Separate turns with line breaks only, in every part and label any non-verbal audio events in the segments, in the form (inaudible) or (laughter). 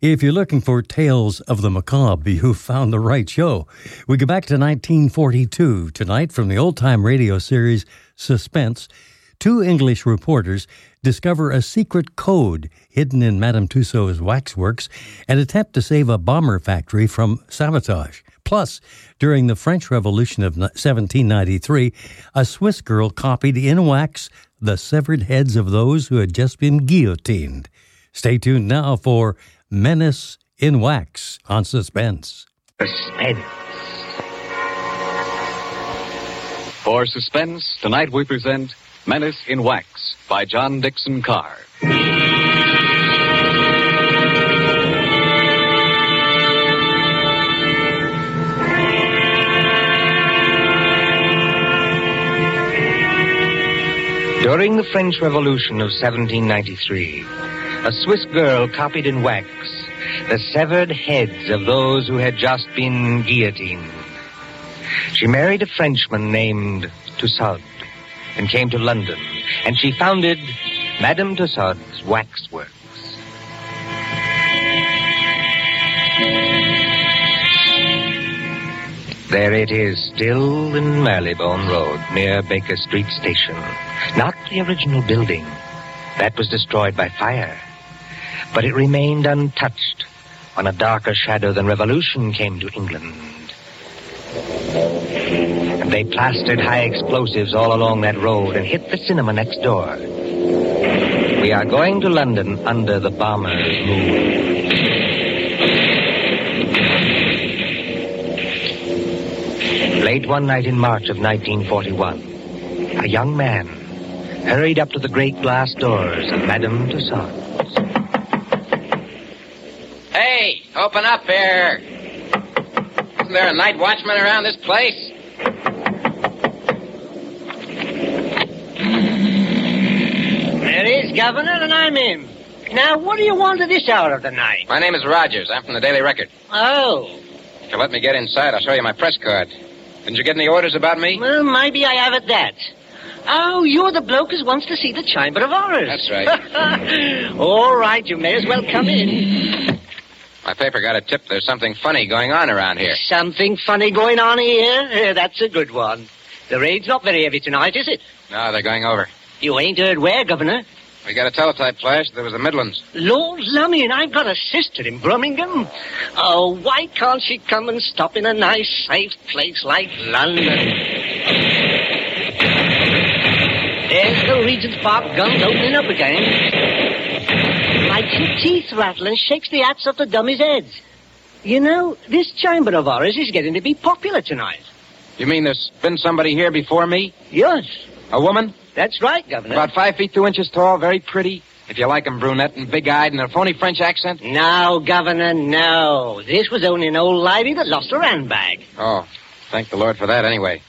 If you're looking for Tales of the Macabre, you found the right show. We go back to 1942 tonight from the old time radio series Suspense. Two English reporters discover a secret code hidden in Madame Tussaud's waxworks and attempt to save a bomber factory from sabotage. Plus, during the French Revolution of 1793, a Swiss girl copied in wax the severed heads of those who had just been guillotined. Stay tuned now for Menace in Wax on Suspense.
Suspense. For Suspense, tonight we present Menace in Wax by John Dixon Carr.
During the French Revolution of 1793, a Swiss girl copied in wax the severed heads of those who had just been guillotined. She married a Frenchman named Tussaud and came to London, and she founded Madame Tussaud's Waxworks. There it is, still in Marylebone Road, near Baker Street Station. Not the original building. That was destroyed by fire. But it remained untouched when a darker shadow than revolution came to England. And they plastered high explosives all along that road and hit the cinema next door. We are going to London under the bomber's moon. Late one night in March of 1941, a young man hurried up to the great glass doors of Madame Tussaud.
Hey, open up here. Isn't there a night watchman around this place?
There is, Governor, and I'm in. Now, what do you want at this hour of the night?
My name is Rogers. I'm from the Daily Record.
Oh,
If you let me get inside, I'll show you my press card. Didn't you get any orders about me?
well, maybe I have at that. Oh, you're the bloke who wants to see the Chamber of Horrors.
That's right.
(laughs) All right, you may as well come in.
My paper got a tip there's something funny going on around here.
Something funny going on here? Eh, That's a good one. The raid's not very heavy tonight, is it?
No, they're going over.
You ain't heard where, Governor.
We got a teletype flash that was the Midlands.
Lord Lummy, and I've got a sister in Birmingham. Oh, why can't she come and stop in a nice, safe place like London? There's the Regent's Park guns opening up again. Makes your teeth rattle and shakes the hats off the dummies' heads. You know, this chamber of ours is getting to be popular tonight.
You mean there's been somebody here before me?
Yes,
A woman?
that's right, Governor.
About five feet two inches tall, very pretty. If you like 'em, brunette and big eyed and a phony French accent.
No, Governor, no. This was only an old lady that lost her handbag.
Oh, thank the Lord for that anyway.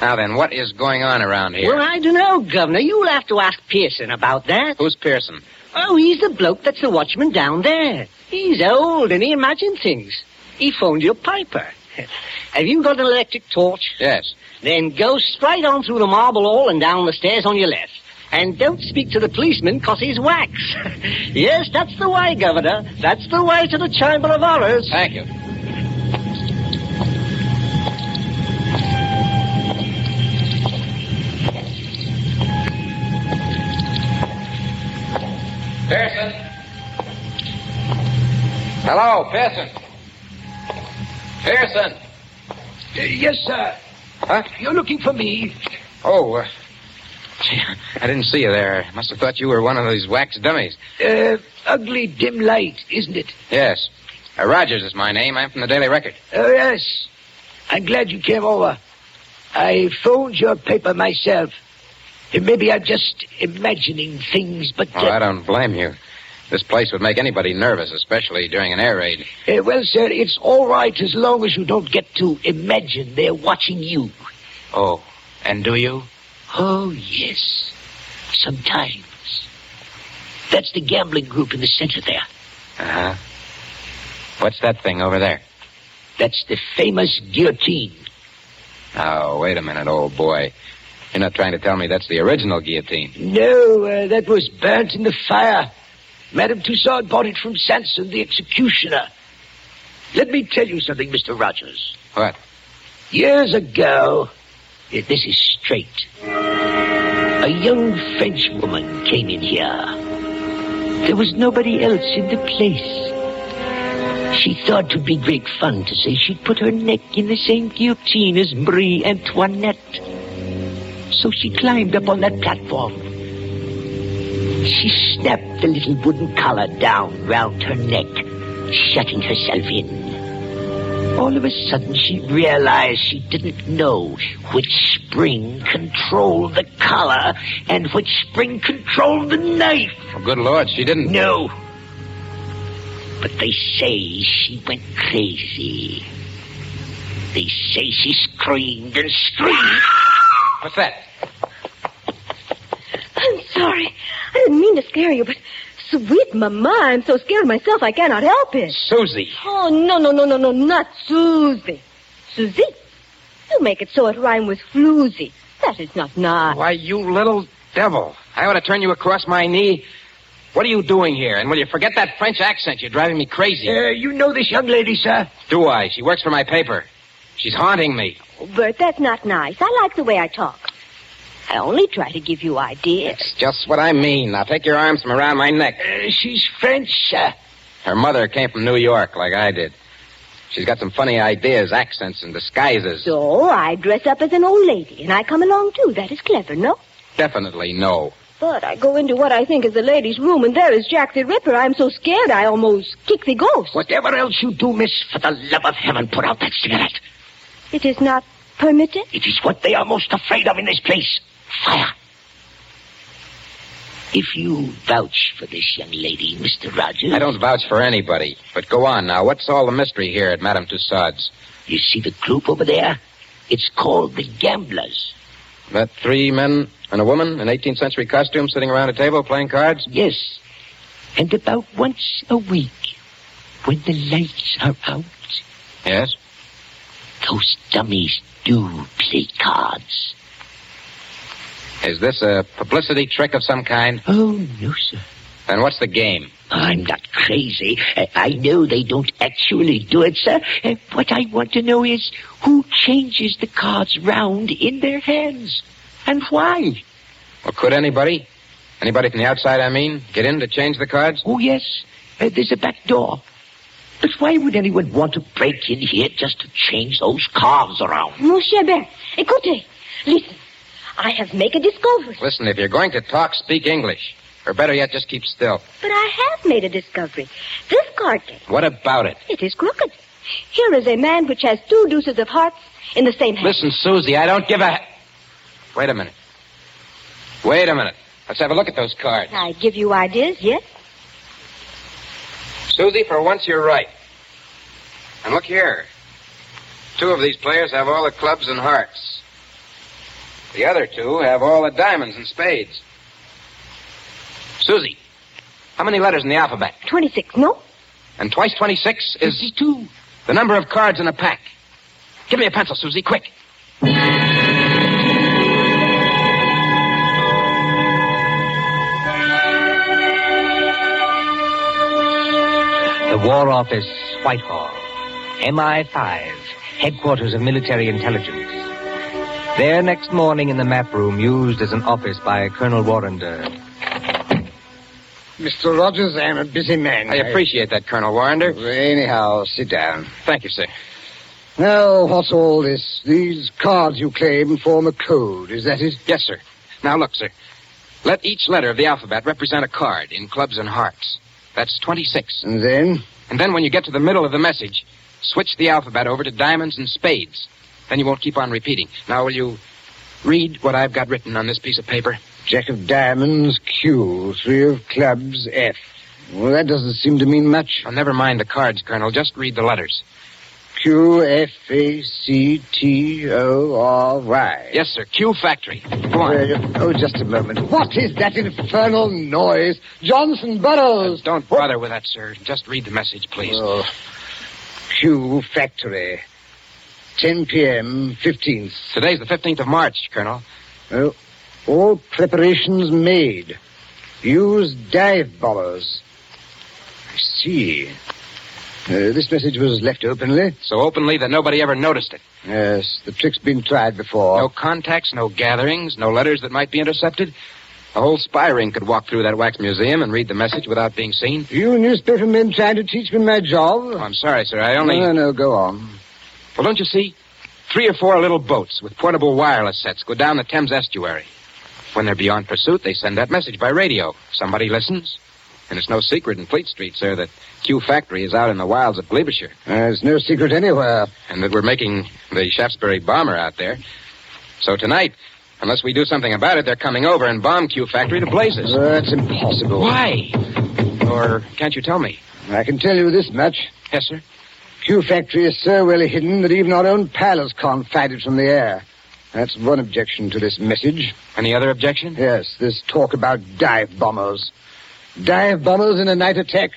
Now then, what is going on around here?
Well, I don't know, Governor. You'll have to ask Pearson about that.
Who's Pearson?
Oh, he's the bloke that's the watchman down there. He's old and he imagines things. He phoned your piper. (laughs) have you got an electric torch?
Yes.
Then go straight on through the marble hall and down the stairs on your left. And don't speak to the policeman 'cause he's wax. (laughs) yes, that's the way, Governor. That's the way to the Chamber of Horrors.
Thank you. Pearson. Hello, Pearson. Pearson.
Uh, Yes, sir.
Huh?
You're looking for me.
Oh, uh, gee, I didn't see you there. I must have thought you were one of these wax dummies.
Uh, ugly dim light, isn't it?
Yes. Uh, Rogers is my name. I'm from the Daily Record.
Oh, yes. I'm glad you came over. I phoned your paper myself. Uh, Maybe I'm just imagining things, but. uh,
Oh, I don't blame you. This place would make anybody nervous, especially during an air raid.
Uh, well, sir, it's all right as long as you don't get to imagine they're watching you.
Oh, and do you?
Oh, yes. Sometimes. That's the gambling group in the center there.
Uh huh. What's that thing over there?
That's the famous guillotine.
Oh, wait a minute, old boy. You're not trying to tell me that's the original guillotine.
No, uh, that was burnt in the fire. Madame Tussaud bought it from Sanson, the executioner. Let me tell you something, Mr. Rogers.
What?
Years ago, eh, this is straight. A young French woman came in here. There was nobody else in the place. She thought it would be great fun to say she'd put her neck in the same guillotine as Marie Antoinette. So she climbed up on that platform. She snapped the little wooden collar down round her neck, shutting herself in. All of a sudden, she realized she didn't know which spring controlled the collar and which spring controlled the knife.
Oh, good Lord, she didn't.
No. But they say she went crazy. They say she screamed and screamed.
What's that?
I'm sorry. I didn't mean to scare you, but sweet mamma, I'm so scared myself I cannot help it.
Susie.
Oh, no, no, no, no, no, not Susie. Susie? You make it so it rhyme with floozy. That is not nice.
Why, you little devil. I ought to turn you across my knee. What are you doing here? And will you forget that French accent? You're driving me crazy.
Uh, you know this young lady, sir?
Do I? She works for my paper. She's haunting me.
Bert, that's not nice. I like the way I talk. I only try to give you ideas.
It's just what I mean. Now take your arms from around my neck.
Uh, she's French, sir.
Her mother came from New York, like I did. She's got some funny ideas, accents, and disguises.
So I dress up as an old lady, and I come along too. That is clever, no?
Definitely no.
But I go into what I think is the lady's room, and there is Jack the Ripper. I'm so scared I almost kick the ghost.
Oh, Whatever else you do, miss, for the love of heaven, put out that cigarette.
It is not permitted?
It is what they are most afraid of in this place fire. If you vouch for this young lady, Mr. Rogers.
I don't vouch for anybody. But go on now. What's all the mystery here at Madame Tussaud's?
You see the group over there? It's called the Gamblers.
That three men and a woman in 18th century costume sitting around a table playing cards?
Yes. And about once a week, when the lights
Oh,
are out,
Yes.
those dummies do play cards.
Is this a publicity trick of some kind?
Oh, no, sir.
And what's the game?
I'm not crazy. Uh, I know they don't actually do it, sir. Uh, What I want to know is who changes the cards round in their hands and why.
Well, could anybody? Anybody from the outside, I mean, get in to change the cards?
Oh, yes, uh, there's a back door. But why would anyone want to break in here just to change those cards around?
Monsieur Bert, écoutez. Listen, I have made a discovery.
Listen, if you're going to talk, speak English. Or better yet, just keep still.
But I have made a discovery. This card game,
What about it?
it is crooked. Here is a man which has two deuces of hearts in the same hand.
Listen, Susie, I don't give a. Wait a minute. Wait a minute. Let's have a look at those cards.
I give you ideas, yes?
Susie, for once you're right. And look here. Two of these players have all the clubs and hearts. The other two have all the diamonds and spades. Susie, how many letters in the alphabet?
26, no?
And twice 26 is. 52. The number of cards in a pack. Give me a pencil, Susie, quick.
The War Office, Whitehall. MI5, headquarters of military intelligence. There next morning in the map room used as an office by Colonel Warrender.
Mr. Rogers, I'm a busy man.
I appreciate that, Colonel Warrender.
Anyhow, sit down.
Thank you, sir.
Now, what's all this? These cards you claim form a code, is that it?
Yes, sir. Now, look, sir. Let each letter of the alphabet represent a card in clubs and hearts. That's 26.
And then?
And then when you get to the middle of the message, switch the alphabet over to diamonds and spades. Then you won't keep on repeating. Now, will you read what I've got written on this piece of paper?
Jack of diamonds, Q. Three of clubs, F. Well, that doesn't seem to mean much.
Oh, never mind the cards, Colonel. Just read the letters.
Q, F, A, C, T, O, R, Y.
Yes, sir. Q Factory. Go on.
Uh, oh, just a moment. What is that infernal noise? Johnson Burroughs.
Uh, don't bother with that, sir. Just read the message, please.
Oh. Q Factory. 10 p.m., 15th.
Today's the 15th of March, Colonel.
Oh, all preparations made. Use dive bombers. I see. Uh, this message was left openly.
So openly that nobody ever noticed it.
Yes, the trick's been tried before.
No contacts, no gatherings, no letters that might be intercepted. A whole spy ring could walk through that wax museum and read the message without being seen.
You newspaper men trying to teach me my job?
Oh, I'm sorry, sir. I only.
No, no, no, go on.
Well, don't you see? Three or four little boats with portable wireless sets go down the Thames estuary. When they're beyond pursuit, they send that message by radio. Somebody listens. And it's no secret in Fleet Street, sir, that Q Factory is out in the wilds of Gloucestershire.
Uh, it's no secret anywhere.
And that we're making the Shaftesbury bomber out there. So tonight, unless we do something about it, they're coming over and bomb Q Factory to blazes.
Uh, that's impossible.
Why? Or can't you tell me?
I can tell you this much.
Yes, sir.
Q Factory is so well hidden that even our own pilots can't find it from the air. That's one objection to this message.
Any other objection?
Yes, this talk about dive bombers. Dive bombers in a night attack.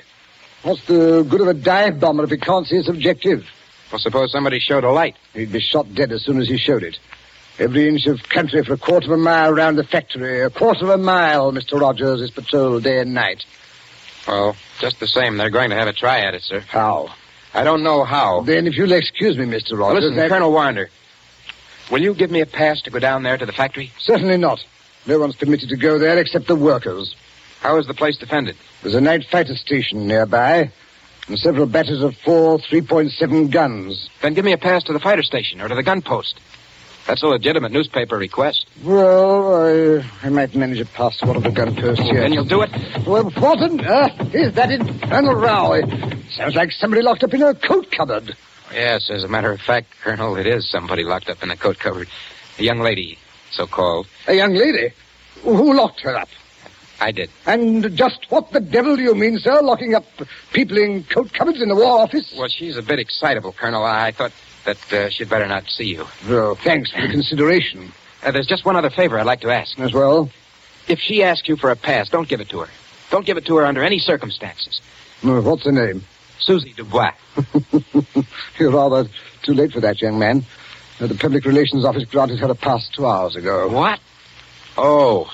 What's the good of a dive bomber if he can't see his objective?
Well, suppose somebody showed a light.
He'd be shot dead as soon as he showed it. Every inch of country for a quarter of a mile round the factory. A quarter of a mile, Mr. Rogers is patrolled day and night.
Well, Oh, just the same, they're going to have a try at it, sir.
How?
I don't know how.
Then, if you'll excuse me, Mr. Rogers.
Listen,
that...
Colonel Warner, will you give me a pass to go down there to the factory?
Certainly not. No one's permitted to go there except the workers.
How is the place defended?
There's a night fighter station nearby, and several batteries of four 3.7 guns.
Then give me a pass to the fighter station or to the gun post. That's a legitimate newspaper request.
Well, I, I might manage a pass to one of the gun posts here.
Then you'll do it?
Well, what on earth is that infernal row? It sounds like somebody locked up in a coat cupboard.
Yes, as a matter of fact, Colonel, it is somebody locked up in a coat cupboard. A young lady, so called.
A young lady? Who locked her up?
I did.
And just what the devil do you mean, sir, locking up people in coat cupboards in the War Office?
Well, she's a bit excitable, Colonel. I thought that uh, she'd better not see you.
Well, thanks for the consideration.
Uh, there's just one other favor I'd like to ask.
As well?
If she asks you for a pass, don't give it to her. Don't give it to her under any circumstances.
Well, Uh, what's her name?
Susie Dubois.
(laughs) You're rather too late for that, young man. Uh, the Public Relations Office granted her a pass two hours ago.
What? Oh,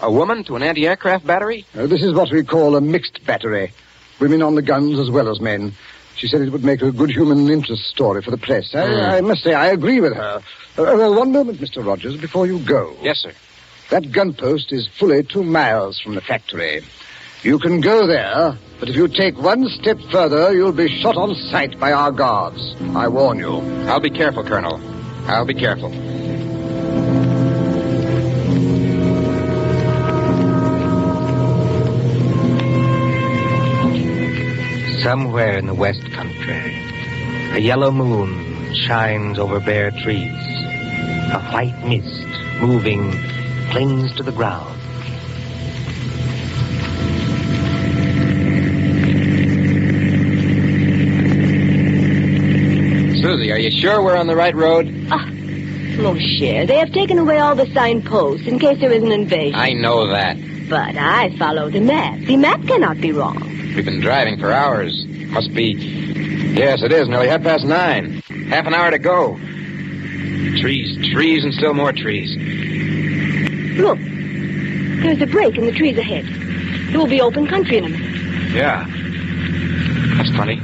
a woman to an anti aircraft battery?
Uh, this is what we call a mixed battery. Women on the guns as well as men. She said it would make a good human interest story for the press. I,
Hmm.
mm. I must say, I agree with her. Uh, well, one moment, Mr. Rogers, before you go.
Yes, sir.
That gun post is fully two miles from the factory. You can go there, but if you take one step further, you'll be shot on sight by our guards. I warn you.
I'll be careful, Colonel. I'll be careful.
Somewhere in the West Country, a yellow moon shines over bare trees. A white mist, moving, clings to the ground.
Susie, are you sure we're on the right road?
Ah, monsieur, they have taken away all the signposts in case there is an invasion.
I know that.
But I follow the map. The map cannot be wrong.
We've been driving for hours. Must be. Yes, it is nearly half past nine. Half an hour to go. Trees, trees, and still more trees.
Look, there's a break in the trees ahead. It will be open country in a minute.
Yeah. That's funny.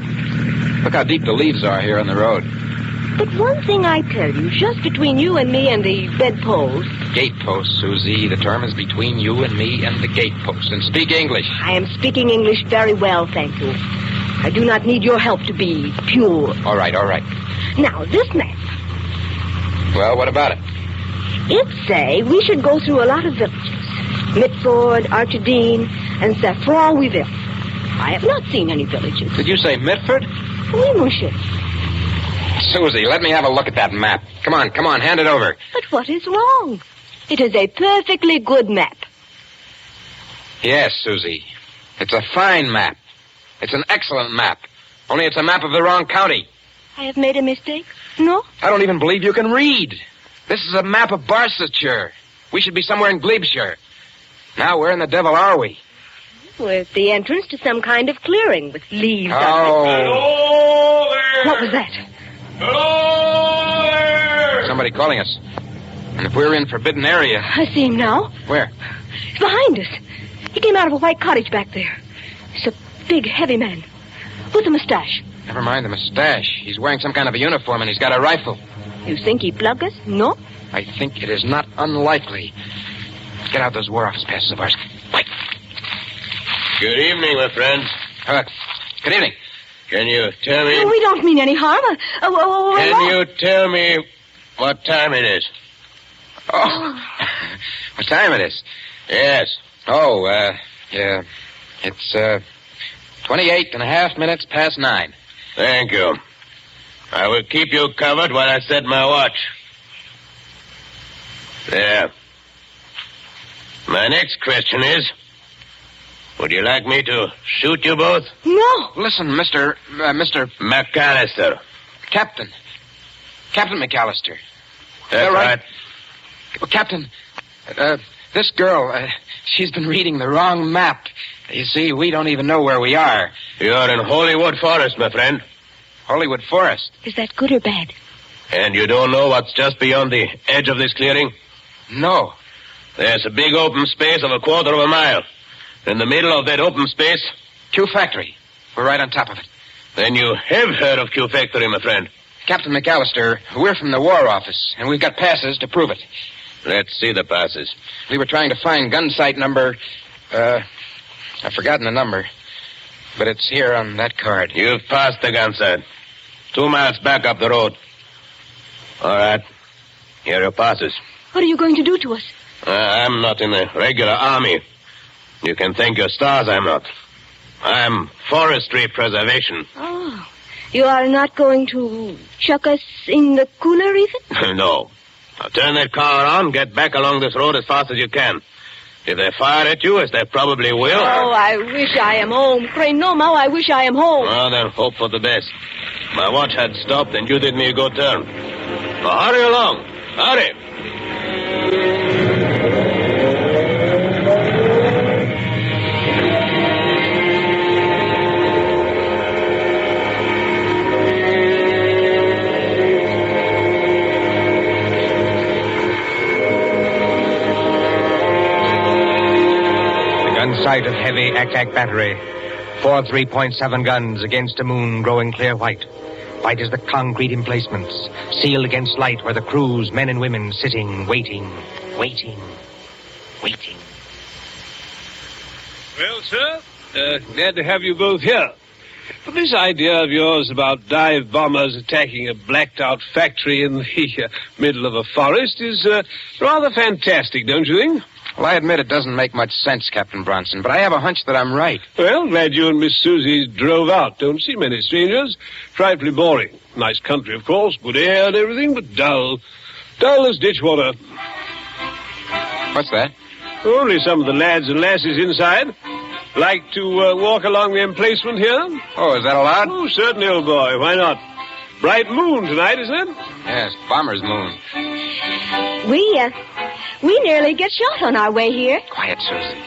Look how deep the leaves are here on the road.
But one thing I tell you, just between you and me and the bedpost.
Gatepost, Susie. The term is between you and me and the gatepost. And speak English.
I am speaking English very well, thank you. I do not need your help to be pure.
All right, all right.
Now, this map,
Well, what about it?
it say we should go through a lot of villages. Mitford, Archidine, and Saffraweville. I have not seen any villages.
Did you say Mitford?
We worship.
Susie, let me have a look at that map. Come on, come on, hand it over.
But what is wrong? It is a perfectly good map.
Yes, Susie. It's a fine map. It's an excellent map. Only it's a map of the wrong county.
I have made a mistake? No?
I don't even believe you can read. This is a map of Barsetshire. We should be somewhere in Glebeshire. Now, where in the devil are we?
We're at the entrance to some kind of clearing with leaves on
Oh,
it. What was that?
somebody calling us. And if we're in forbidden area,
I see him now.
where?
He's behind us. He came out of a white cottage back there. He's a big, heavy man with a mustache.
Never mind the mustache. He's wearing some kind of a uniform and he's got a rifle.
You think he plug us? No?
I think it is not unlikely. Get out those war office passes of ours. Mike.
Good evening, my friend.
Uh, good evening.
Can you tell me?
Oh, we don't mean any harm. Uh, oh, oh, oh,
Can
oh.
you tell me what time it is?
Oh. what time it is?
Yes.
Oh, uh, yeah. It's, uh, 28 and a half minutes past nine.
Thank you. I will keep you covered while I set my watch. There. My next question is Would you like me to shoot you both?
No.
Listen, Mr. Uh, Mr.
McAllister.
Captain. Captain McAllister.
That's
All right. Well, Captain, uh, this girl, uh, she's been reading the wrong map. You see, we don't even know where we are.
You're in Holywood Forest, my friend,
Hollywood Forest.
Is that good or bad?
and you don't know what's just beyond the edge of this clearing?
No.
There's a big open space of a quarter of a mile. In the middle of that open space,
Q Factory. We're right on top of it.
then you have heard of Q Factory, my friend.
Captain McAllister, we're from the War Office, and we've got passes to prove it.
Let's see the passes.
We were trying to find gun site number. Uh, I've forgotten the number, but it's here on that card.
You've passed the gun site. Two miles back up the road. All right. Here are your passes.
What are you going to do to us?
Uh, I'm not in the regular army. You can thank your stars I'm not. I'm forestry preservation.
Oh. You are not going to chuck us in the cooler, Ethan?
(laughs) no. Now turn that car around, get back along this road as fast as you can. If they fire at you, as they probably will.
Oh, I wish I am home. Pray no, Mo, I wish I am home.
Well, then hope for the best. My watch had stopped, and you did me a good turn. Now hurry along. Hurry.
The gun sight of heavy Ack battery. Four 3.7 guns against a moon growing clear white. White as the concrete emplacements, sealed against light where the crews, men and women, sitting, waiting, waiting, waiting.
Well, sir, uh, glad to have you both here. But this idea of yours about dive bombers attacking a blacked out factory in the (laughs) uh, middle of a forest is uh, rather fantastic, don't you think?
Well, I admit it doesn't make much sense, Captain Bronson, but I have a hunch that I'm right.
Well, glad you and Miss Susie drove out. Don't see many strangers. Frightfully boring. Nice country, of course, good air and everything, but dull. Dull as ditch water.
What's that?
Only some of the lads and lasses inside like to uh, walk along the emplacement here.
Oh, is that allowed?
Oh, certainly, old boy. Why not? Bright moon tonight, isn't it?
Yes, bomber's moon.
We, uh, we nearly get shot on our way here.
Quiet, Susie.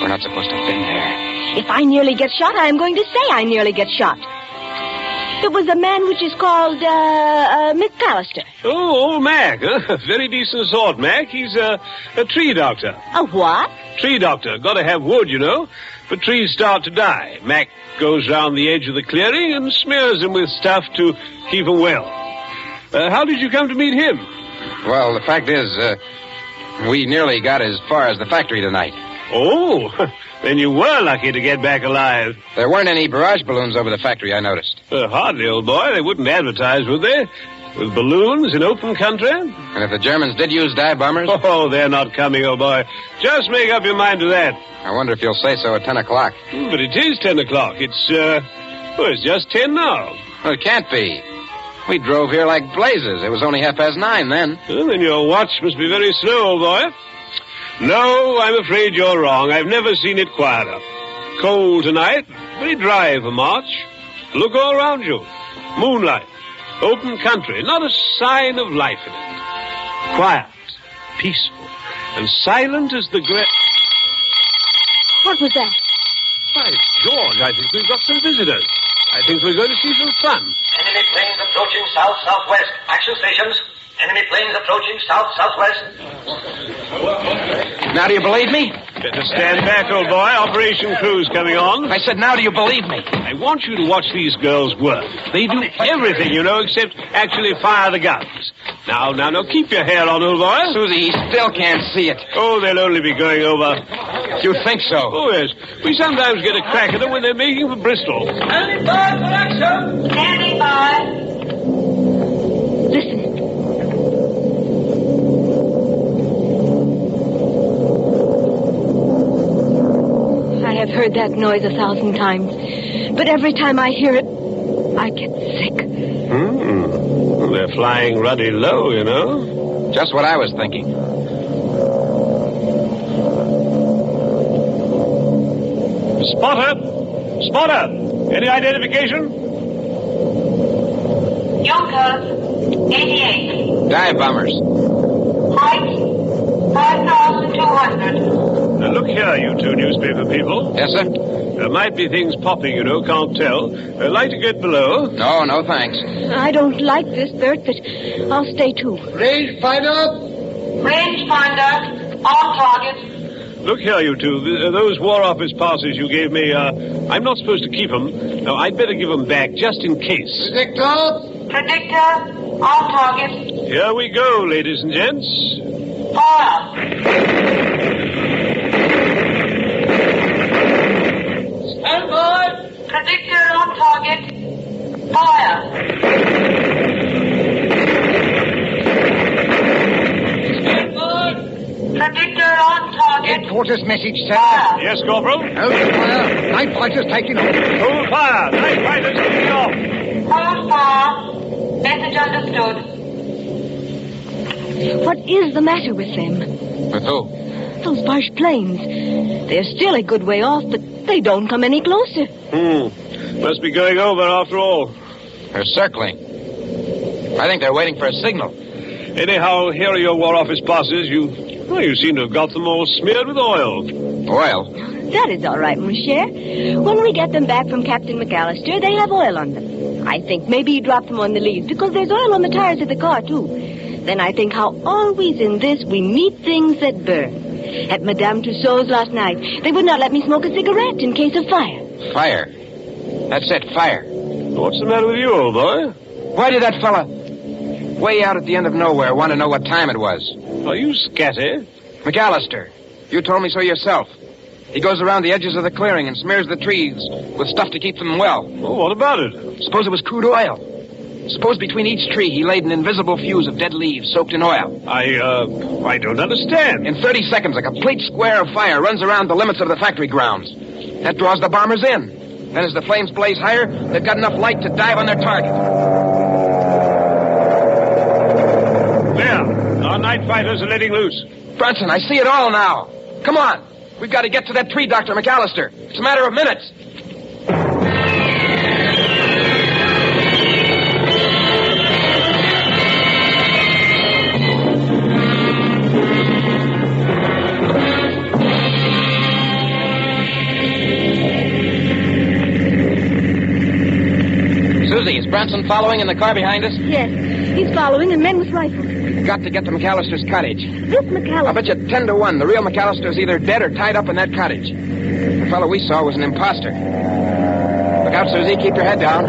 We're not supposed to have been there.
If I nearly get shot, I am going to say I nearly get shot. It was a man which is called, uh, uh, McAllister.
Oh, old Mac. Huh? (laughs) Very decent sort, Mac. He's a, a tree doctor.
A what?
Tree doctor. Gotta have wood, you know. But trees start to die. Mac goes round the edge of the clearing and smears them with stuff to keep 'em well. Uh, how did you come to meet him?
Well, the fact is, uh, we nearly got as far as the factory tonight.
Oh, (laughs) Then you were lucky to get back alive.
There weren't any barrage balloons over the factory, I noticed.
Uh, hardly, old boy. They wouldn't advertise, would they? With balloons in open country?
And if the Germans did use dive bombers?
Oh, they're not coming, old boy. Just make up your mind to that.
I wonder if you'll say so at 10 o'clock.
Hmm, But it is 10 o'clock. It's, uh, well, it's just 10 now.
Well, it can't be. We drove here like blazes. It was only half past nine then.
Well, then your watch must be very slow, old boy. No, I'm afraid you're wrong. I've never seen it quieter. Cold tonight, very dry for March. Look all round you. Moonlight, open country, not a sign of life in it. Quiet, peaceful, and silent as the grave.
What was that?
By George, I think we've got some visitors. I think we're going to see some fun.
Enemy planes approaching south southwest. Action stations. Enemy planes approaching south southwest.
Now do you believe me? Better stand back, old boy. Operation Crew's coming on. I said, now do you believe me? I want you to watch these girls work. They do everything, you know, except actually fire the guns. Now, now, now, keep your hair on, old boy. Susie, he still can't see it. Oh, they'll only be going over. You think so? Oh, yes. We sometimes get a crack at them when they're making for Bristol.
Standing by for action. Standing by.
I have heard that noise a thousand times. But every time I hear it, I get sick.
Well, they're flying ruddy low, you know. Just what I was thinking. Spotter! Spotter! Any identification?
Yonkers. 88.
Dive bombers.
Height. 5,200.
Now, look here, you two newspaper people. Yes, sir. There might be things popping, you know, can't tell. Uh, like to get below? No, no, thanks.
I don't like this, Bert, but I'll stay too. Range finder.
Range finder. On target.
Look here, you two. Th- uh, those War Office passes you gave me, uh, I'm not supposed to keep them. Now, I'd better give them back just in case.
Predictor. Predictor. On target.
Here we go, ladies and gents.
Fire. Stand by. Predictor on target. Fire. Stand by. Predictor on target.
Quarters message, sir. Fire.
Yes, Corporal.
Open fire. Night fighters taking off.
Hold fire. Night fighters taking off.
Hold fire. Message understood.
What is the matter with them?
With who?
Those Bosch planes. They're still a good way off, but they don't come any closer.
Hmm. Must be going over after all.
They're circling. I think they're waiting for a signal.
Anyhow, here are your War Office passes. You, well, you seem to have got them all smeared with oil. Oil?
That is all right, mon cher. When we get them back from Captain McAllister, they have oil on them. I think maybe he dropped them on the leaves because there's oil on the tires of the car, too. Then I think how always in this we meet things that burn. At Madame Tussaud's last night, they would not let me smoke a cigarette in case of fire.
Fire. That's it, fire.
What's the matter with you, old boy?
Why did that fella, way out at the end of nowhere, want to know what time it was?
Are you scatty?
McAllister, you told me so yourself. He goes around the edges of the clearing and smears the trees with stuff to keep them well.
Well, what about it?
Suppose it was crude oil. Suppose between each tree he laid an invisible fuse of dead leaves soaked in oil.
I, uh, I don't understand.
In 30 seconds, a complete square of fire runs around the limits of the factory grounds. That draws the bombers in. Then, as the flames blaze higher, they've got enough light to dive on their target.
There. Our night fighters are letting loose.
Brunson, I see it all now. Come on. We've got to get to that tree, Dr. McAllister. It's a matter of minutes. Susie, is Branson following in the car behind us?
Yes. He's following, and men with rifles.
We've got to get to McAllister's cottage.
This McAllister.
I'll bet you 10 to 1 the real McAllister's either dead or tied up in that cottage. The fellow we saw was an imposter. Look out, Susie. Keep your head down.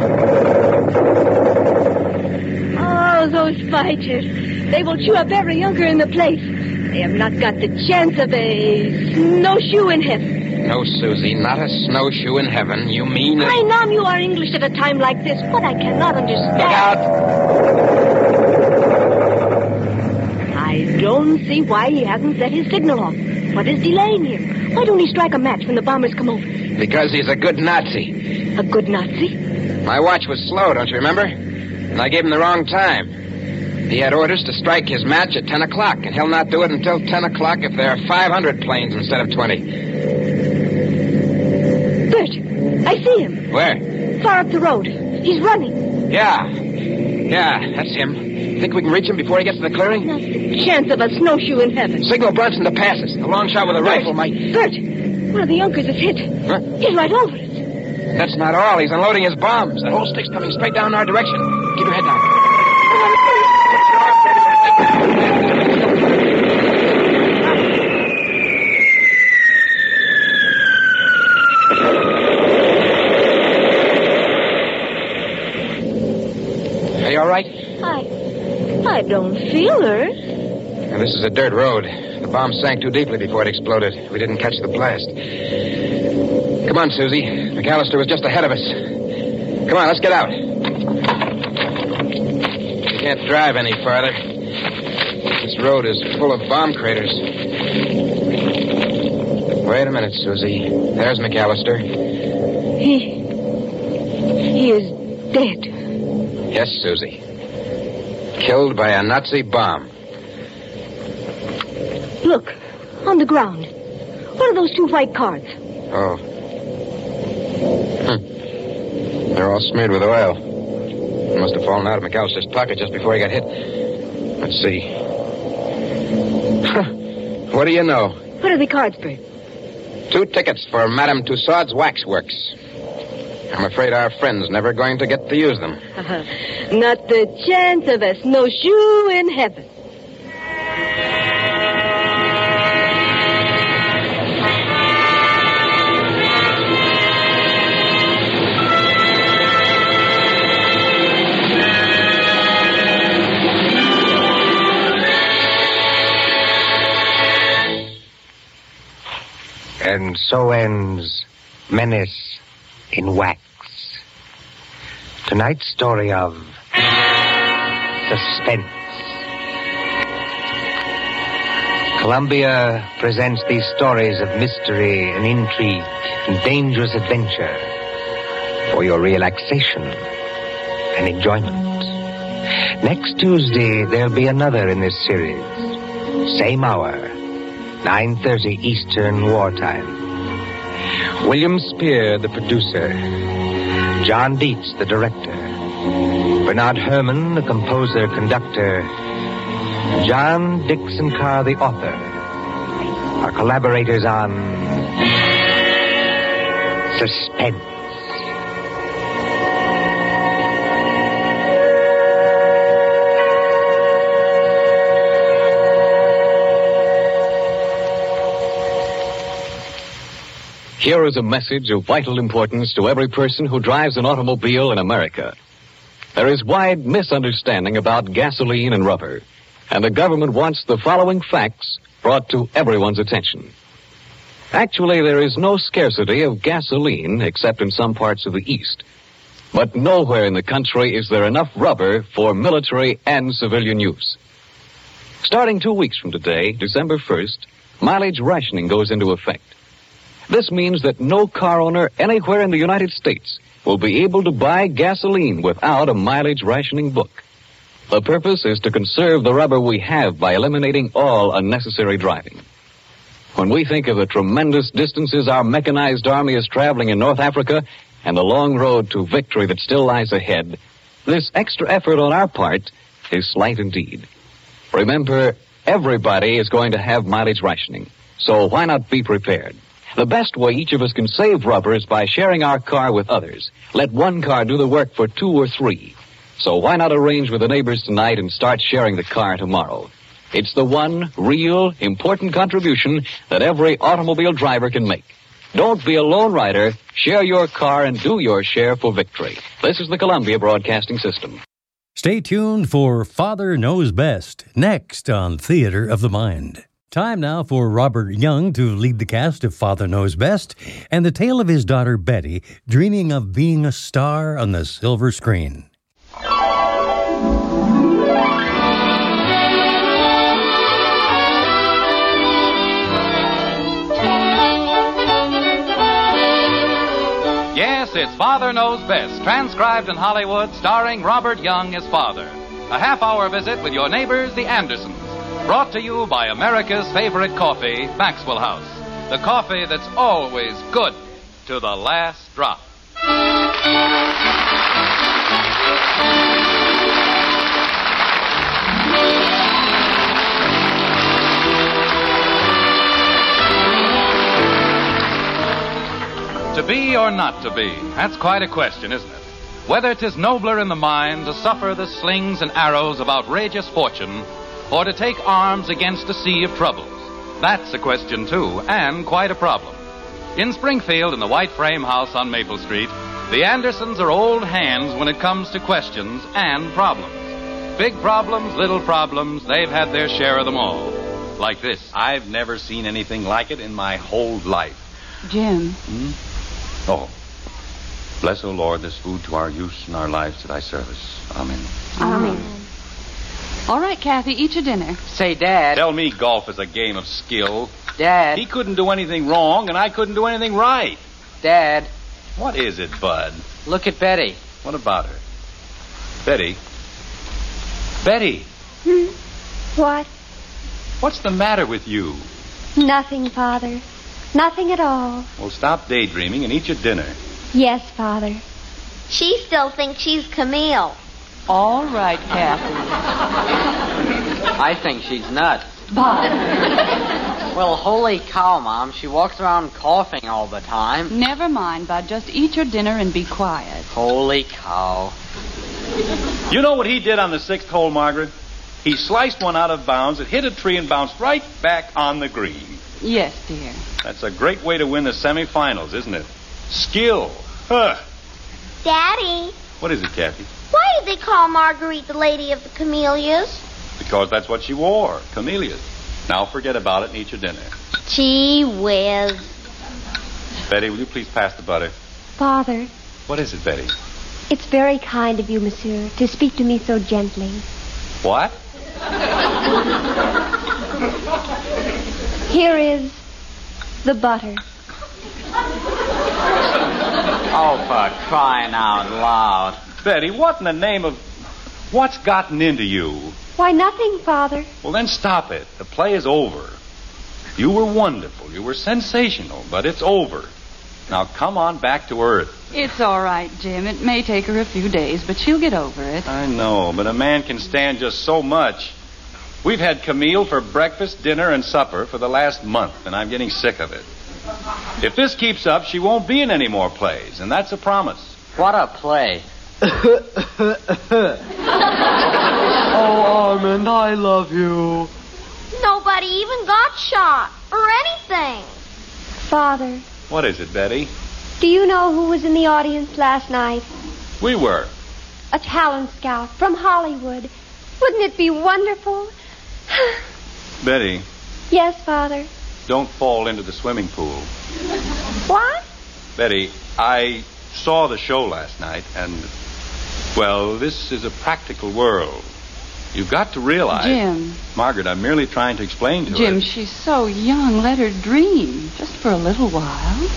Oh, those fighters. They will chew up every Junker in the place. They have not got the chance of a snowshoe in heaven.
No, Susie, not a snowshoe in heaven. You mean.
I know you are English at a time like this, but I cannot understand. Look
out!
I don't see why he hasn't set his signal off. What is delaying him? Why don't he strike a match when the bombers come over?
Because he's a good Nazi.
A good Nazi?
My watch was slow, don't you remember? And I gave him the wrong time. He had orders to strike his match at 10 o'clock, and he'll not do it until 10 o'clock if there are 500 planes instead of 20.
Bert, I see him.
Where?
Far up the road. He's running.
Yeah. Yeah, that's him. Think we can reach him before he gets to the clearing?
Chance of a snowshoe in heaven.
Signal Brunson to pass us. A long shot with a rifle might.
Bert, one of the Junkers is hit.
Huh?
He's right over us.
That's not all. He's unloading his bombs. The whole stick's coming straight down our direction. Keep your head down. Are you all right?
I. I don't feel her.
Now, this is a dirt road. The bomb sank too deeply before it exploded. We didn't catch the blast. Come on, Susie. McAllister was just ahead of us. Come on, let's get out. We can't drive any farther. This road is full of bomb craters. Wait a minute, Susie. There's McAllister.
He. He is dead.
Yes, Susie. Killed by a Nazi bomb.
Look, on the ground. What are those two white cards?
Oh. Hmm. They're all smeared with oil. It must have fallen out of McAllister's pocket just before he got hit. Let's see. Huh. what do you know?
What are the cards, Bert?
Two tickets for Madame Tussaud's Waxworks. I'm afraid our friend's never going to get to use them.
(laughs) Not the chance of a snowshoe in heaven.
And so ends Menace in Wax. Tonight's story of suspense. Columbia presents these stories of mystery and intrigue and dangerous adventure for your relaxation and enjoyment. Next Tuesday, there'll be another in this series. Same hour, 9.30 Eastern Wartime. William Spear, the producer. John Dietz, the director. Bernard Herman, the composer, conductor. John Dixon Carr, the author. Our collaborators on Suspense.
Here is a message of vital importance to every person who drives an automobile in America. There is wide misunderstanding about gasoline and rubber, and the government wants the following facts brought to everyone's attention. Actually, there is no scarcity of gasoline except in some parts of the East. But nowhere in the country is there enough rubber for military and civilian use. Starting two weeks from today, December 1st, mileage rationing goes into effect. This means that no car owner anywhere in the United States will be able to buy gasoline without a mileage rationing book. The purpose is to conserve the rubber we have by eliminating all unnecessary driving. When we think of the tremendous distances our mechanized army is traveling in North Africa and the long road to victory that still lies ahead, this extra effort on our part is slight indeed. Remember, everybody is going to have mileage rationing, so why not be prepared? The best way each of us can save rubber is by sharing our car with others. Let one car do the work for two or three. So why not arrange with the neighbors tonight and start sharing the car tomorrow? It's the one real important contribution that every automobile driver can make. Don't be a lone rider. Share your car and do your share for victory. This is the Columbia Broadcasting System.
Stay tuned for Father Knows Best next on Theater of the Mind. Time now for Robert Young to lead the cast of Father Knows Best and the tale of his daughter Betty dreaming of being a star on the silver screen.
Yes, it's Father Knows Best, transcribed in Hollywood, starring Robert Young as father. A half hour visit with your neighbors, the Andersons. Brought to you by America's favorite coffee, Maxwell House. The coffee that's always good to the last drop. To be or not to be, that's quite a question, isn't it? Whether 'tis nobler in the mind to suffer the slings and arrows of outrageous fortune, or to take arms against a sea of troubles, that's a question too, and quite a problem. In Springfield, in the white frame house on Maple Street, the Andersons are old hands when it comes to questions and problems. Big problems, little problems, they've had their share of them all. Like this.
I've never seen anything like it in my whole life.
Jim,
Hmm?
Oh. Bless, O Lord, this food to our use and our lives to thy service. Amen.
Um, all right, Kathy, eat your dinner.
Say, Dad. Tell me golf is a game of skill.
Dad.
He couldn't do anything wrong, and I couldn't do anything right.
Dad,
What is it, Bud?
look at Betty.
What about her? Betty. Betty,
What?
what's the matter with you?
Nothing, Father. Nothing at all.
Well, stop daydreaming and eat your dinner.
Yes, Father. She still thinks she's Camille.
All right, Kathy.
I think she's nuts.
Bud.
(laughs) Well, holy cow, Mom. She walks around coughing all the time.
Never mind, Bud. Just eat your dinner and be quiet.
Holy cow.
You know what he did on the sixth hole, Margaret? He sliced one out of bounds, it hit a tree, and bounced right back on the green.
Yes, dear.
That's a great way to win the semifinals, isn't it? Skill. Huh.
Daddy,
What is it, Kathy?
why did they call Marguerite the Lady of the Camellias?
Because that's what she wore, camellias. Now forget about it and eat your dinner.
Gee whiz.
Betty, will you please pass the butter?
Father,
What is it, Betty?
it's very kind of you, monsieur, to speak to me so gently.
What?
Here is the butter.
Oh, for crying out loud.
Betty, what in the name of. What's gotten into you?
Why, nothing, Father.
Well, then stop it. The play is over. You were wonderful. You were sensational, but it's over. Now come on back to earth.
It's all right, Jim. It may take her a few days, but she'll get over it.
I know, but a man can stand just so much. We've had Camille for breakfast, dinner, and supper for the last month, and I'm getting sick of it. If this keeps up, she won't be in any more plays, and that's a promise.
What a play.
(laughs) Oh, Armand, I love you.
Nobody even got shot or anything. Father,
What is it, Betty?
do you know who was in the audience last night?
We were.
A talent scout from Hollywood. Wouldn't it be wonderful?
Betty,
Yes, Father.
don't fall into the swimming pool.
What?
Betty, I saw the show last night, and, well, this is a practical world. You've got to realize.
Jim.
Margaret, I'm merely trying to explain to her.
Jim, she's so young. Let her dream, just for a little while.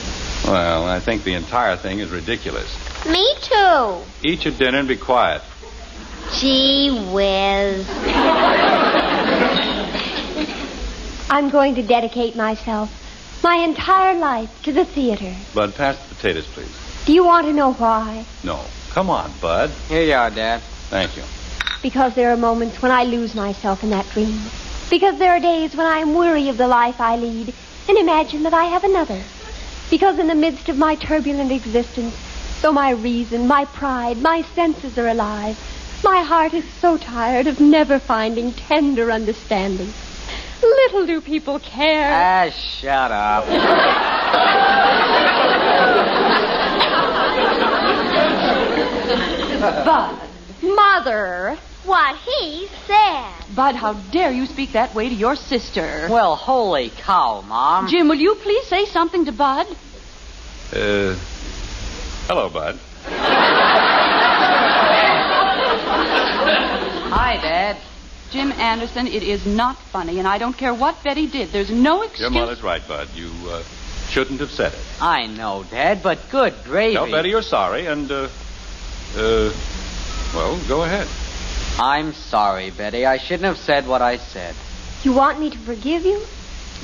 Well, I think the entire thing is ridiculous.
Me too.
Eat your dinner and be quiet.
Gee whiz. I'm going to dedicate myself, my entire life, to the theater.
Bud, pass the potatoes, please.
Do you want to know why?
No. Come on, Bud.
Here you are, Dad.
Thank you.
Because there are moments when I lose myself in that dream. Because there are days when I am weary of the life I lead and imagine that I have another. Because in the midst of my turbulent existence, though my reason, my pride, my senses are alive, my heart is so tired of never finding tender understanding. Little do people care.
Ah, shut up.
Bud, Mother,
what he said.
Bud, how dare you speak that way to your sister?
Well, holy cow, Mom.
Jim, will you please say something to Bud?
Uh, hello, Bud.
Hi, Dad. Jim Anderson, it is not funny, and I don't care what Betty did. There's no excuse.
Your mother's right, Bud. You uh, shouldn't have said it.
I know, Dad, but good gravy.
Tell Betty you're sorry, and uh, uh, well, go ahead.
I'm sorry, Betty. I shouldn't have said what I said.
You want me to forgive you?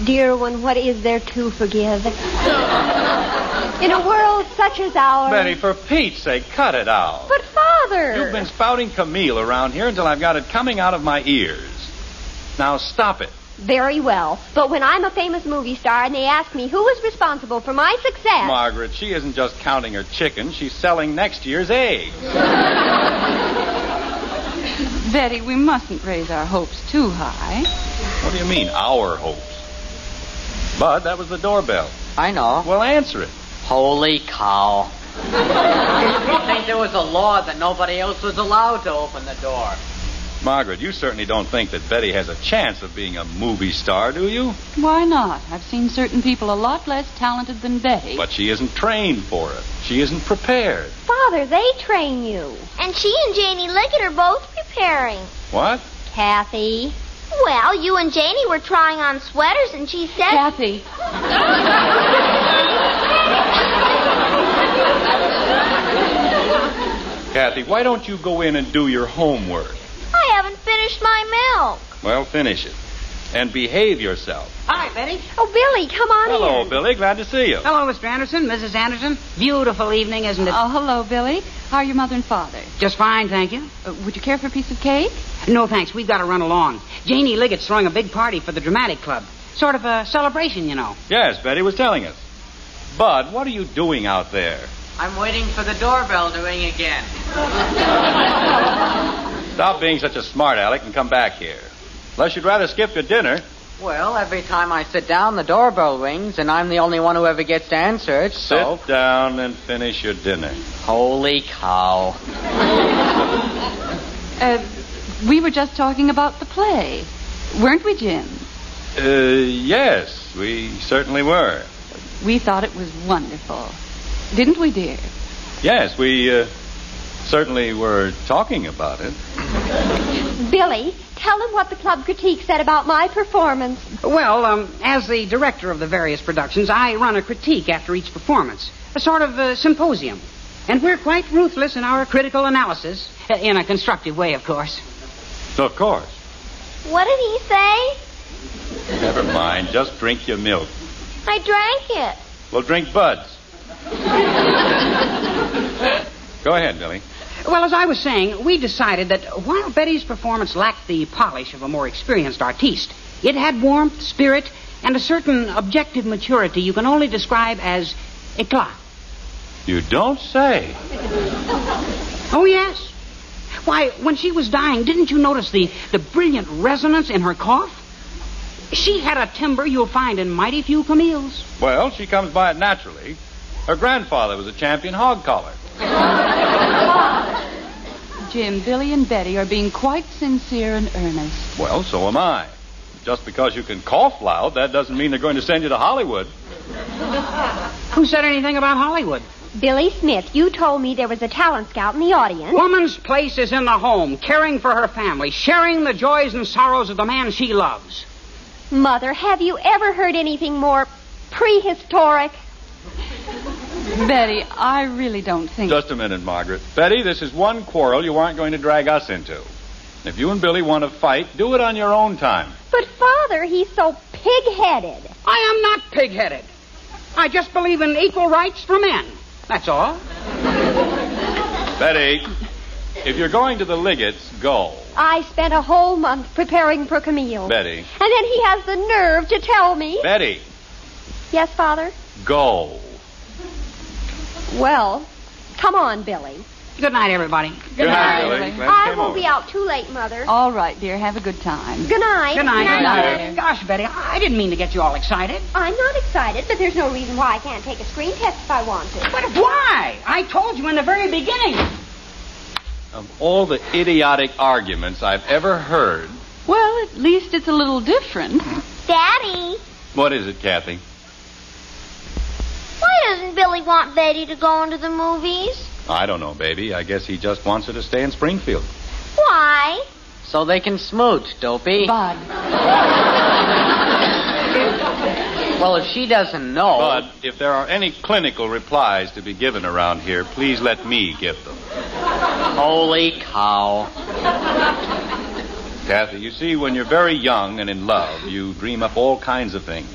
Dear one, what is there
(laughs)
to forgive? In a world such as ours.
Betty, for Pete's sake, cut it out.
But, Father.
You've been spouting Camille around here until I've got it coming out of my ears. Now stop it.
Very well. But when I'm a famous movie star and they ask me who was responsible for my success.
Margaret, she isn't just counting her chickens, she's selling next year's eggs.
Betty, we mustn't raise our hopes too high.
What do you mean, our hopes? Bud, that was the doorbell.
I know.
Well, answer it.
Holy cow. you think there was a law that nobody else was allowed to open the door?
Margaret, you certainly don't think that Betty has a chance of being a movie star, do you?
Why not? I've seen certain people a lot less talented than Betty.
But she isn't trained for it. She isn't prepared.
Father, they train you.
And she and Janie Liggett are both preparing.
What?
Kathy.
Well, you and Janie were trying on sweaters, and she said.
(laughs)
Kathy.
Kathy, why don't you go in and do your homework?
I haven't finished my milk.
Well, finish it. And behave yourself.
Hi, Betty.
Oh, Billy, come on
Hello, Billy. Glad to see you.
Hello, Mr. Anderson, Mrs. Anderson. Beautiful evening, isn't it?
Oh, hello, Billy. How are your mother and father?
Just fine, thank you.
Uh, would you care for a piece of cake?
No, thanks. We've got to run along. Janie Liggett's throwing a big party for the Dramatic Club. Sort of a celebration, you know.
Yes, Betty was telling us. Bud, what are you doing out there?
I'm waiting for the doorbell to ring again.
Stop being such a smart aleck and come back here. Unless you'd rather skip your dinner.
Well, every time I sit down, the doorbell rings, and I'm the only one who ever gets to answer it, so.
Sit down and finish your dinner.
Holy cow.
Uh, we were just talking about the play, weren't we, Jim?
(laughs) Uh, yes, we certainly were.
We thought it was wonderful. Didn't we, dear?
Yes, we uh, certainly were talking about it.
Billy, tell him what the club critique said about my performance.
Well, um, as the director of the various productions, I run a critique after each performance, a sort of uh, symposium. And we're quite ruthless in our critical analysis, uh, in a constructive way, of course.
Of course.
What did he say?
Never mind. Just drink your milk.
I drank it.
We'll drink
(laughs)
Bud's. Go ahead, Billy.
Well, as I was saying, we decided that while Betty's performance lacked the polish of a more experienced artiste, it had warmth, spirit, and a certain objective maturity you can only describe as éclat.
You don't say.
Oh, yes. Why, when she was dying, didn't you notice the, the brilliant resonance in her cough? She had a timbre you'll find in mighty few Camille's.
Well, she comes by it naturally. Her grandfather was a champion hog collar.
Jim, Billy, and Betty are being quite sincere and earnest.
Well, so am I. Just because you can cough loud, that doesn't mean they're going to send you to Hollywood.
Who said anything about Hollywood?
Billy Smith, you told me there was a talent scout in the audience.
Woman's place is in the home, caring for her family, sharing the joys and sorrows of the man she loves.
Mother, have you ever heard anything more prehistoric?
Betty, I really don't think.
Just a minute, Margaret. Betty, this is one quarrel you aren't going to drag us into. If you and Billy want to fight, do it on your own time.
But, Father, he's so pig-headed.
I am not pig headed. I just believe in equal rights for men. That's all.
Betty, if you're going to the Liggetts, go.
I spent a whole month preparing for Camille.
Betty.
And then he has the nerve to tell me.
Betty,
Yes, Father?
go.
Well, come on, Billy.
Good night, everybody.
Good night, Billy. Glad you
I
came
will
over.
be out too late, Mother.
All right, dear. Have a good time.
Good night.
Good night.
Good night.
Gosh, Betty, I didn't mean to get you all excited.
I'm not excited, but there's no reason why I can't take a screen test if I want to.
But why? I told you in the very beginning.
Of all the idiotic arguments I've ever heard.
Well, at least it's a little different.
Daddy,
What is it, Kathy?
why doesn't Billy want Betty to go into the movies?
I don't know, baby. I guess he just wants her to stay in Springfield.
(laughs)
Why?
So they can smooch, dopey. Bud. well, if she doesn't know.
But if there are any clinical replies to be given around here, please let me give them.
Holy cow.
Kathy, you see, when you're very young and in love, you dream up all kinds of things.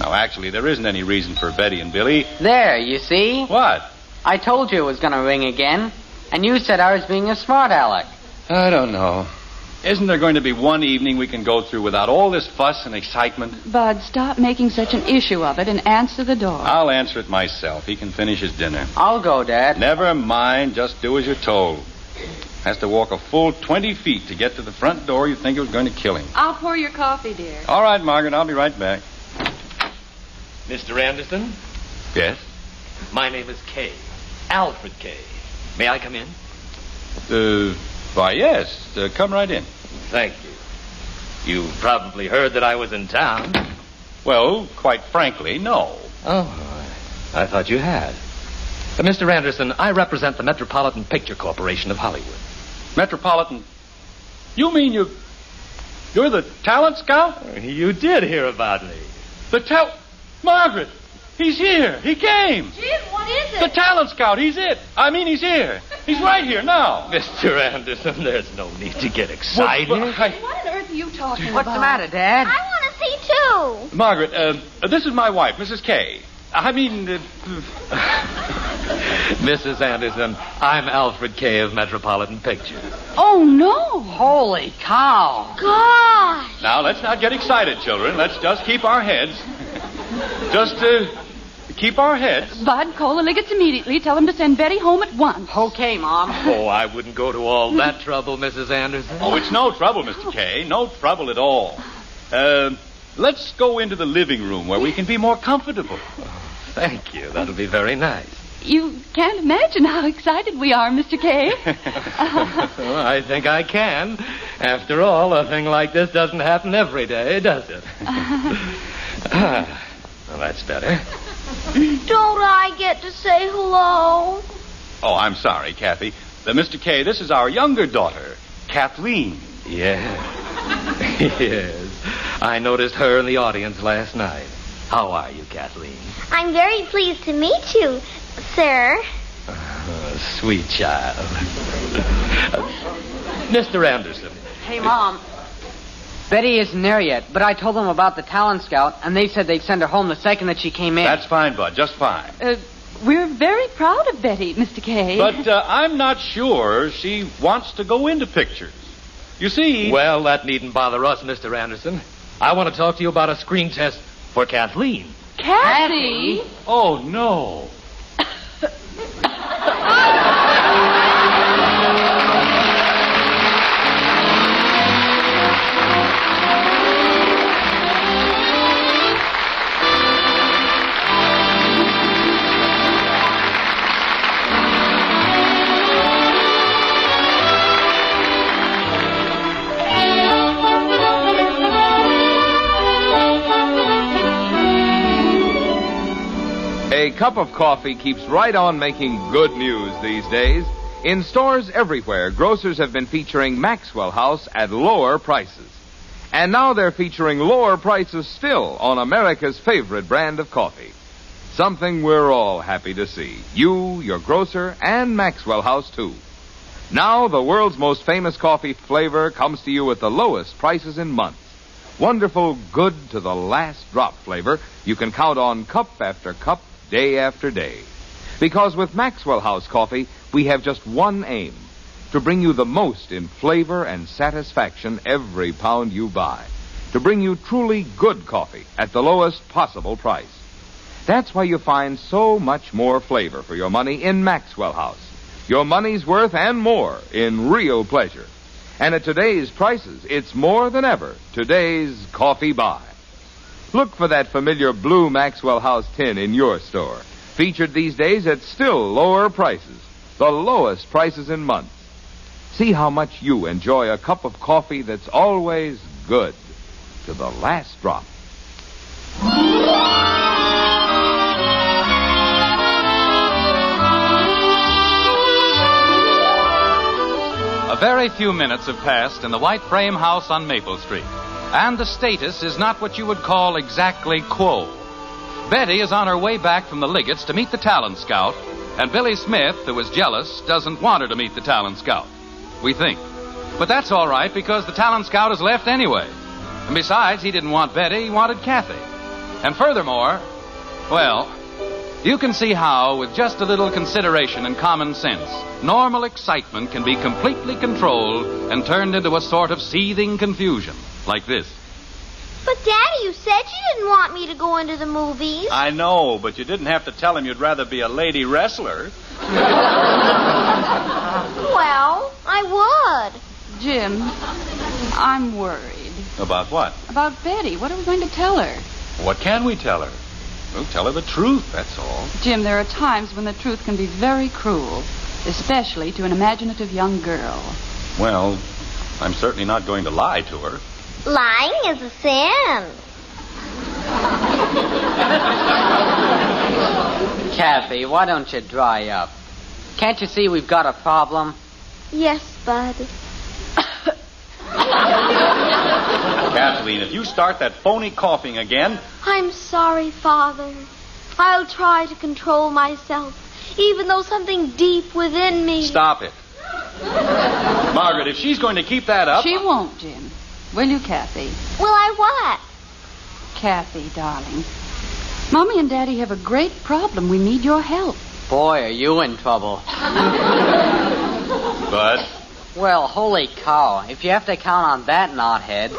Now, actually, there isn't any reason for Betty and Billy.
There, you see?
What?
I told you it was going to ring again, and you said I was being a smart aleck.
I don't know. Isn't there going to be one evening we can go through without all this fuss and excitement?
Bud, stop making such an issue of it and answer the door.
I'll answer it myself. He can finish his dinner.
I'll go, Dad.
Never mind. Just do as you're told. Has to walk a full 20 feet to get to the front door. You think it was going to kill him.
I'll pour your coffee, dear.
All right, Margaret. I'll be right back.
Mr. Anderson,
Yes?
my name is Kay. Alfred Kay. May I come in?
Uh, why, yes. Uh, come right in.
Thank you. You probably heard that I was in town.
Well, quite frankly, no.
Oh, I I thought you had. Uh, Mr. Anderson, I represent the Metropolitan Picture Corporation of Hollywood.
Metropolitan. You mean
(laughs)
you. You're the talent scout?
Uh, You did hear about me.
The tal. Margaret! He's here! He came!
Jim, what is
The talent scout, he's it. I mean, he's here. He's right here now.
Mr. Anderson, there's no need to get excited.
Well, well, I-
What on earth are you talking
What's
about?
the matter, Dad?
I want to see too.
Margaret, uh, this is my wife, Mrs. Kay. I mean, uh,
Mrs. Anderson, I'm Alfred Kay of Metropolitan Pictures.
Oh, no. Holy cow.
God.
now let's not get excited, children. Let's just keep our heads. (laughs) just uh, keep our heads.
Bud, call the Liggetts immediately. Tell them to send Betty home at once.
Okay, Mom.
Oh, I wouldn't go to all that trouble, Mrs. Anderson.
Oh, it's no trouble, Mr. Kay. No trouble (laughs) at all. Uh, let's go into the living room where we can be more comfortable.
Thank you. That'll be very nice.
You can't imagine how excited we are, Mr.
(laughs)
Kay.
Well, (laughs) I think I can. After all, a thing like this doesn't happen every day, does it? (sighs) Ah, well, that's better.
Don't I get to say hello?
Oh, I'm sorry, Kathy. Uh, Mr. Kay, this is our younger daughter, Kathleen.
Yes. (laughs) yes. I noticed her in the audience last night. How are you, Kathleen?
I'm very pleased to meet you, sir.
Oh, sweet child. (laughs) Mr. Anderson.
Hey, Mom. Betty isn't there yet, but I told them about the talent scout, and they said they'd send her home the second that she came in.
That's fine, Bud. Just fine.
Uh, we're very proud of Betty, Mr. Kay.
But uh, I'm not sure she wants to go into pictures. You see.
Well, that needn't bother us, Mr. Anderson. I want to talk to you about a screen test for Kathleen.
Kathy?
Oh, no.
A cup of coffee keeps right on making good news these days. In stores everywhere, grocers have been featuring Maxwell House at lower prices. And now they're featuring lower prices still on America's favorite brand of coffee. Something we're all happy to see. You, your grocer, and Maxwell House, too. Now the world's most famous coffee flavor comes to you at the lowest prices in months. Wonderful, good to the last drop flavor you can count on cup after cup, day after day. Because with Maxwell House coffee, we have just one aim to bring you the most in flavor and satisfaction every pound you buy. To bring you truly good coffee at the lowest possible price. That's why you find so much more flavor for your money in Maxwell House. Your money's worth and more in real pleasure. And at today's prices, it's more than ever today's coffee buy. Look for that familiar blue Maxwell House tin in your store, featured these days at still lower prices, the lowest prices in months. See how much you enjoy a cup of coffee that's always good to the last drop.
A very few minutes have passed in the white frame house on Maple Street, and the status is not what you would call exactly quo. Betty is on her way back from the Liggetts to meet the talent scout, and Billy Smith, who is jealous, doesn't want her to meet the talent scout. We think. But that's all right because the talent scout has left anyway. And besides, he didn't want Betty, he wanted Kathy. And furthermore, well, you can see how, with just a little consideration and common sense, normal excitement can be completely controlled and turned into a sort of seething confusion, like this.
But, Daddy, you said you didn't want me to go into the movies.
I know, but you didn't have to tell him you'd rather be a lady wrestler.
well, I would.
Jim, I'm worried.
About what?
About Betty. What are we going to tell her?
What can we tell her? We'll tell her the truth, that's all.
Jim, there are times when the truth can be very cruel, especially to an imaginative young girl.
Well, I'm certainly not going to lie to her.
Lying is a sin.
Kathy, why don't you dry up? Can't you see we've got a problem?
Yes, Bud.
Kathleen, if you start that phony coughing again,
I'm sorry, Father. I'll try to control myself, even though something deep within me. (laughs)
stop it. Margaret, if she's going to keep that up,
She won't, Jim. Will you, Kathy?
Will I what?
Kathy, darling. Mommy and Daddy have a great problem. We need your help.
Boy, are you in trouble.
Bud?
Well, holy cow. If you have to count on that knothead.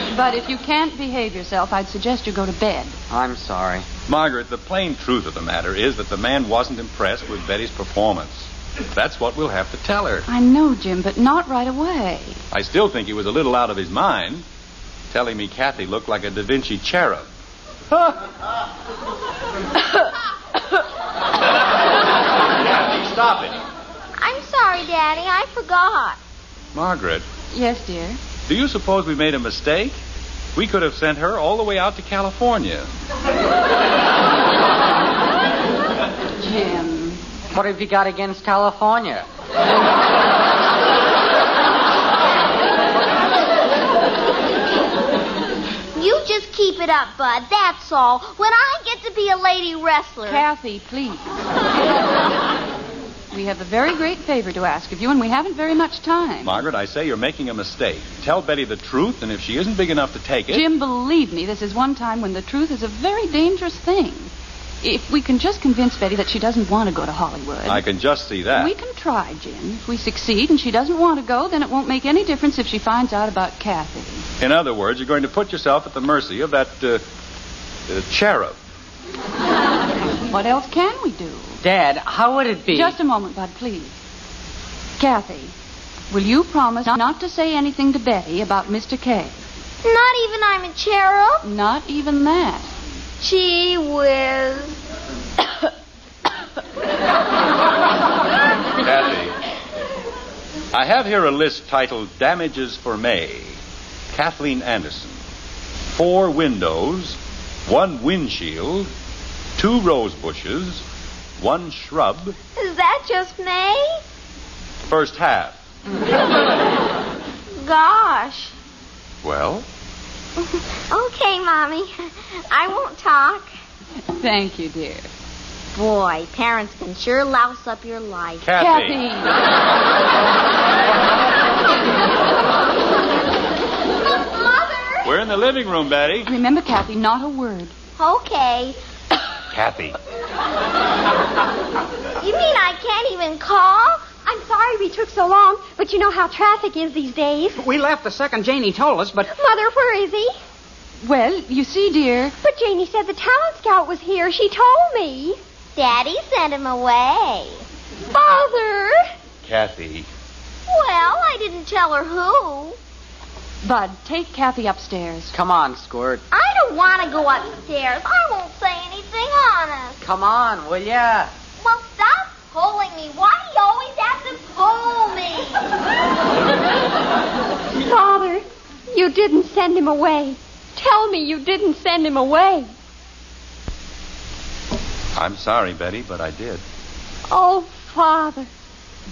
Mother!
But if you can't behave yourself, I'd suggest you go to bed.
I'm sorry.
Margaret, the plain truth of the matter is that the man wasn't impressed with Betty's performance. That's what we'll have to tell her.
I know, Jim, but not right away.
I still think he was a little out of his mind, telling me Kathy looked like a Da Vinci cherub. Kathy, stop it.
I'm sorry, Daddy. I forgot.
Margaret,
Yes, dear.
do you suppose we made a mistake? We could have sent her all the way out to California.
Jim. What have you got against California?
You just keep it up, Bud. That's all. When I get to be a lady wrestler.
Kathy, please. We have a very great favor to ask of you, and we haven't very much time.
Margaret, I say you're making a mistake. Tell Betty the truth, and if she isn't big enough to take it.
Jim, believe me, this is one time when the truth is a very dangerous thing. If we can just convince Betty that she doesn't want to go to Hollywood.
I can just see that.
We can try, Jim. If we succeed and she doesn't want to go, then it won't make any difference if she finds out about Kathy.
In other words, you're going to put yourself at the mercy of that uh, uh, cherub.
What else can we do?
Dad, how would it be?
Just a moment, Bud, please. Kathy, will you promise not to say anything to Betty about Mr. K?
Not even I'm a cherub.
Not even that.
Gee whiz. (laughs)
Kathy, I have here a list titled Damages for May. Kathleen Anderson. Four windows, one windshield, two rose bushes, one shrub,
Is that just May?
first half.
Gosh.
Well?
Okay, Mommy. I won't talk.
Thank you, dear.
Boy, parents can sure louse up your life.
Kathy.
Mother!
We're in the living room, Betty.
Remember, Kathy, not a word.
Okay.
Kathy.
You mean I can't even call?
I'm sorry we took so long, but you know how traffic is these days.
We left the second Janie told us, but
Mother, where is he?
Well, you see, dear.
But Janie said the talent scout was here. She told me.
Daddy sent him away.
Father!
Kathy.
Well, I didn't tell her who.
Bud, take Kathy upstairs.
Come on, Squirt.
I don't want to go upstairs. I won't say anything honest.
Come on, will ya?
Well, stop pulling me. Why Fool me.
Father, you didn't send him away. Tell me you didn't send him away.
I'm sorry, Betty, but I did.
Oh, Father,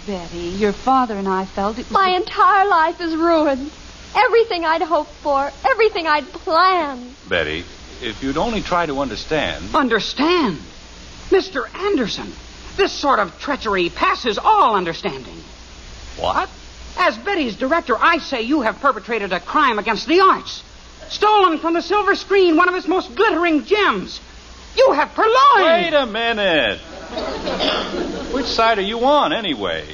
Betty, your father and I felt it was.
my entire life is ruined. Everything I'd hoped for, everything I'd planned.
Betty, if you'd only try to understand.
Understand? Mr. Anderson, this sort of treachery passes all understanding.
What?
As Betty's director, I say you have perpetrated a crime against the arts. Stolen from the silver screen one of its most glittering gems. You have
Wait
purloined.
a minute. Which side are you on, anyway?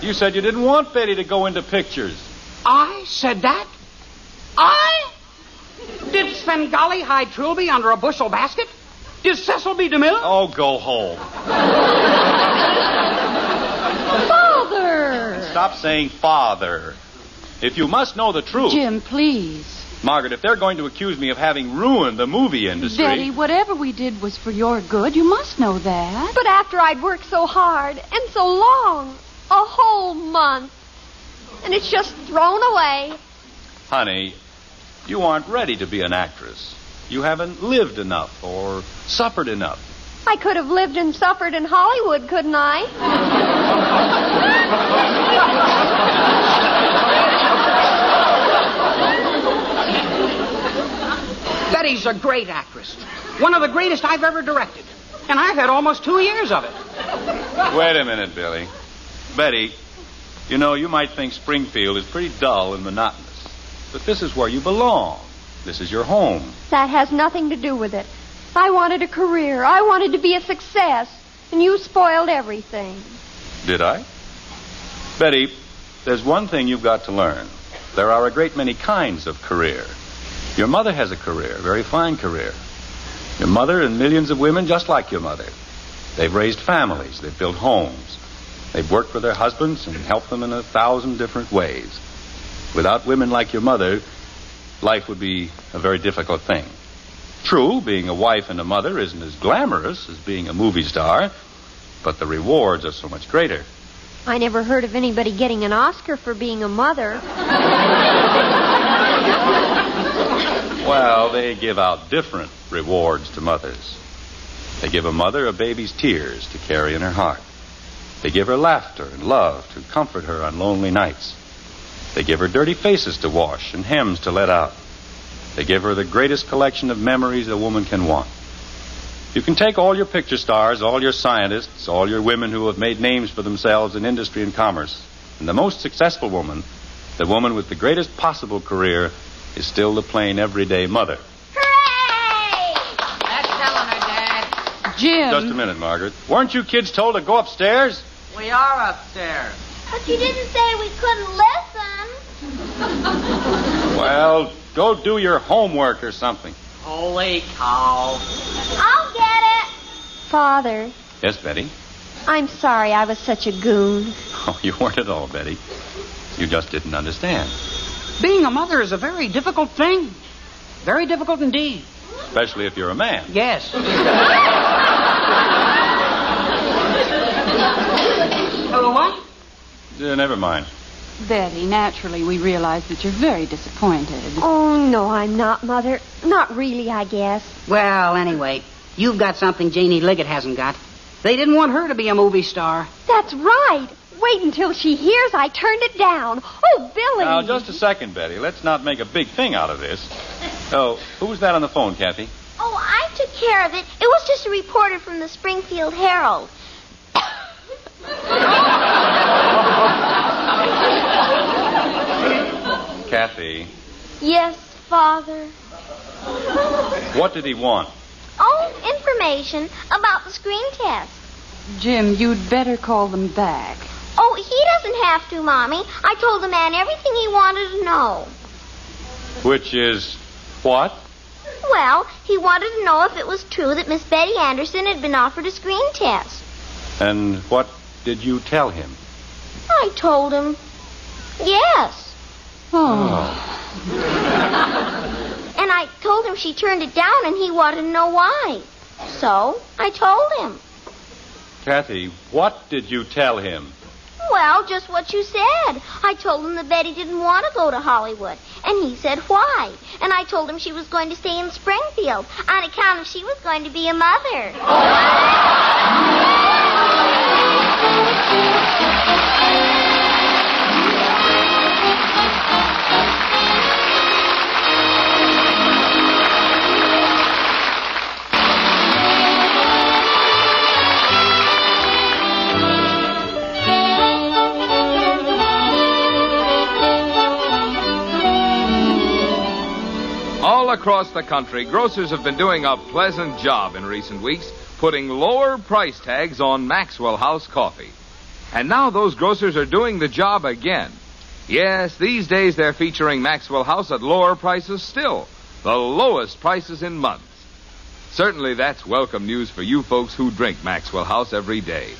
You said you didn't want Betty to go into pictures.
I said that? I? Did Svengali hide Trilby under a bushel basket? Did Cecil B. DeMille?
Oh, go home.
Father!
Stop saying father. If you must know the truth,
Jim, please.
Margaret, if they're going to accuse me of having ruined the movie industry,
Betty, whatever we did was for your good. You must know that. uh,
But after I'd worked so hard and so long, a whole month, and it's just thrown away.
honey, you aren't ready to be an actress. You haven't lived enough or suffered enough.
I could have lived and suffered in Hollywood, couldn't
Betty's a great actress. One of the greatest I've ever directed. And I've had almost two years of it.
Wait a minute, Billy. Betty, you know, you might think Springfield is pretty dull and monotonous, but this is where you belong. This is your home.
That has nothing to do with it. I wanted a career. I wanted to be a success. And you spoiled everything.
Did I? Betty, there's one thing you've got to learn. There are a great many kinds of career. Your mother has a career, a very fine career. Your mother and millions of women just like your mother. They've raised families, they've built homes, they've worked for their husbands and helped them in a thousand different ways. Without women like your mother, life would be a very difficult thing. True, being a wife and a mother isn't as glamorous as being a movie star, but the rewards are so much greater.
I never heard of anybody getting an Oscar for being a mother.
Well, they give out different rewards to mothers. They give a mother a baby's tears to carry in her heart. They give her laughter and love to comfort her on lonely nights. They give her dirty faces to wash and hems to let out. They give her the greatest collection of memories a woman can want. You can take all your picture stars, all your scientists, all your women who have made names for themselves in industry and commerce, and the most successful woman, the woman with the greatest possible career, is still the plain everyday mother.
That's telling her, Dad. Jim.
Just a minute, Margaret. Weren't you kids told to go upstairs?
We are upstairs.
But you didn't say we couldn't listen.
Well, go do your homework or something.
Holy cow.
I'll get it.
Father,
Yes, Betty. (laughs)
I'm sorry I was such a goon.
Oh, you weren't at all, Betty. You just didn't understand.
Being a mother is a very difficult thing. Very difficult indeed.
Especially if you're a man.
Yes.
Hello, what?
Uh, never mind.
Betty, naturally, we realize that you're very disappointed.
Oh, no, I'm not, Mother. Not really, I guess.
Well, anyway, you've got something Janie Liggett hasn't got. They didn't want her to be a movie star.
That's right. Wait until she hears I turned it down. Oh, Billy.
Now, just a second, Betty. Let's not make a big thing out of this. Oh, who was that on the phone, Kathy?
Oh, I took care of it. It was just a reporter from the Springfield Herald.
Kathy,
Yes, Father.
what did he want?
Oh, information about the screen test.
Jim, you'd better call them back.
Oh, he doesn't have to, Mommy. I told the man everything he wanted to know.
Which is what?
Well, he wanted to know if it was true that Miss Betty Anderson had been offered a screen test.
And what did you tell him?
I told him, yes.
Hmm.
Oh.
And I told him she turned it down and he wanted to know why. So I told him.
Kathy, what did you tell him?
Well, just what you said. I told him that Betty didn't want to go to Hollywood, and he said why. And I told him she was going to stay in Springfield on account of she was going to be a mother. (laughs)
All across the country, grocers have been doing a pleasant job in recent weeks putting lower price tags on Maxwell House coffee. And now those grocers are doing the job again. Yes, these days they're featuring Maxwell House at lower prices still, the lowest prices in months. Certainly that's welcome news for you folks who drink Maxwell House every day.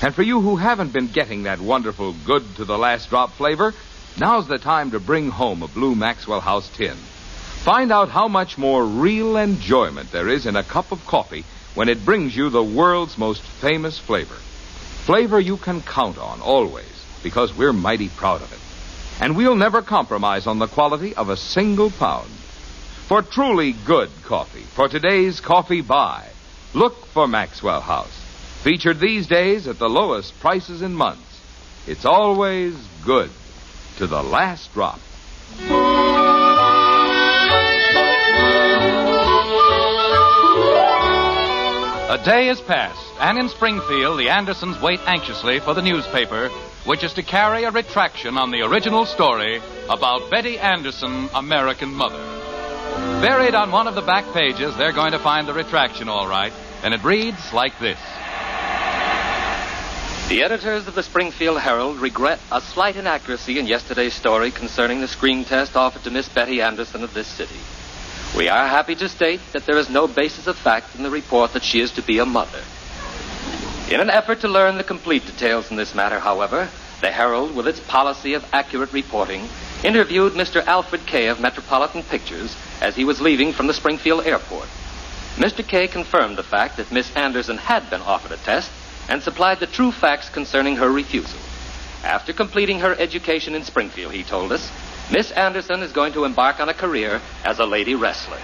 And for you who haven't been getting that wonderful good to the last drop flavor, now's the time to bring home a blue Maxwell House tin. Find out how much more real enjoyment there is in a cup of coffee when it brings you the world's most famous flavor. Flavor you can count on always because we're mighty proud of it. And we'll never compromise on the quality of a single pound. For truly good coffee, for today's coffee buy, look for Maxwell House. Featured these days at the lowest prices in months. It's always good to the last drop.
A day has passed, and in Springfield, the Andersons wait anxiously for the newspaper, which is to carry a retraction on the original story about Betty Anderson, American Mother. Buried on one of the back pages, they're going to find the retraction, all right, and it reads like this
The editors of the Springfield Herald regret a slight inaccuracy in yesterday's story concerning the screen test offered to Miss Betty Anderson of this city. We are happy to state that there is no basis of fact in the report that she is to be a mother. In an effort to learn the complete details in this matter, however, the Herald, with its policy of accurate reporting, interviewed Mr. Alfred Kay of Metropolitan Pictures as he was leaving from the Springfield airport. Mr. Kay confirmed the fact that Miss Anderson had been offered a test and supplied the true facts concerning her refusal. After completing her education in Springfield, he told us, Miss Anderson is going to embark on a career as a lady wrestler.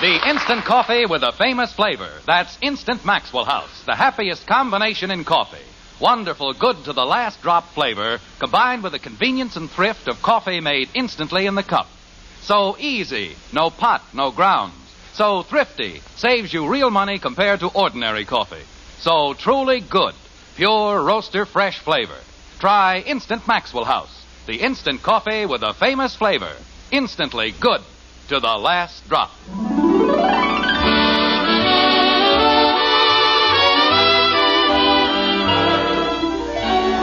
The instant coffee with a famous flavor. That's Instant Maxwell House, the happiest combination in coffee. Wonderful, good to the last drop flavor, combined with the convenience and thrift of coffee made instantly in the cup. So easy, no pot, no grounds. So thrifty, saves you real money compared to ordinary coffee. So truly good, pure roaster fresh flavor. Try Instant Maxwell House, the instant coffee with a famous flavor. Instantly good to the last drop.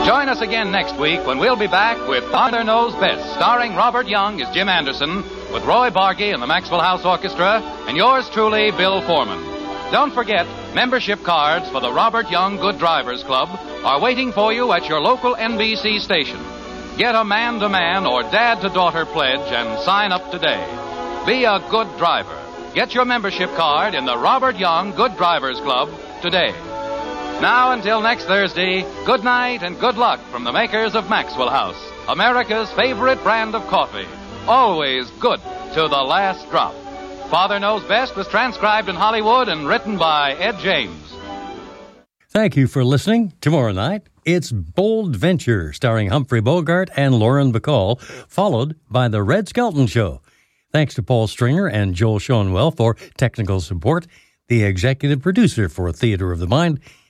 Join us again next week when we'll be back with Father Knows Best, starring Robert Young as Jim Anderson, with Roy Bargy and the Maxwell House Orchestra, and yours truly, Bill Foreman. Don't forget, membership cards for the Robert Young Good Drivers Club are waiting for you at your local NBC station. Get a man to man or dad to daughter pledge and sign up today. Be a good driver. Get your membership card in the Robert Young Good Drivers Club today. Now, until next Thursday, good night and good luck from the makers of Maxwell House, America's favorite brand of coffee. Always good to the last drop. Father Knows Best was transcribed in Hollywood and written by Ed James.
Thank you for listening. Tomorrow night, it's Bold Venture, starring Humphrey Bogart and Lauren Bacall, followed by The Red Skelton Show. Thanks to Paul Stringer and Joel Schoenwell for technical support. The executive producer for Theater of the Mind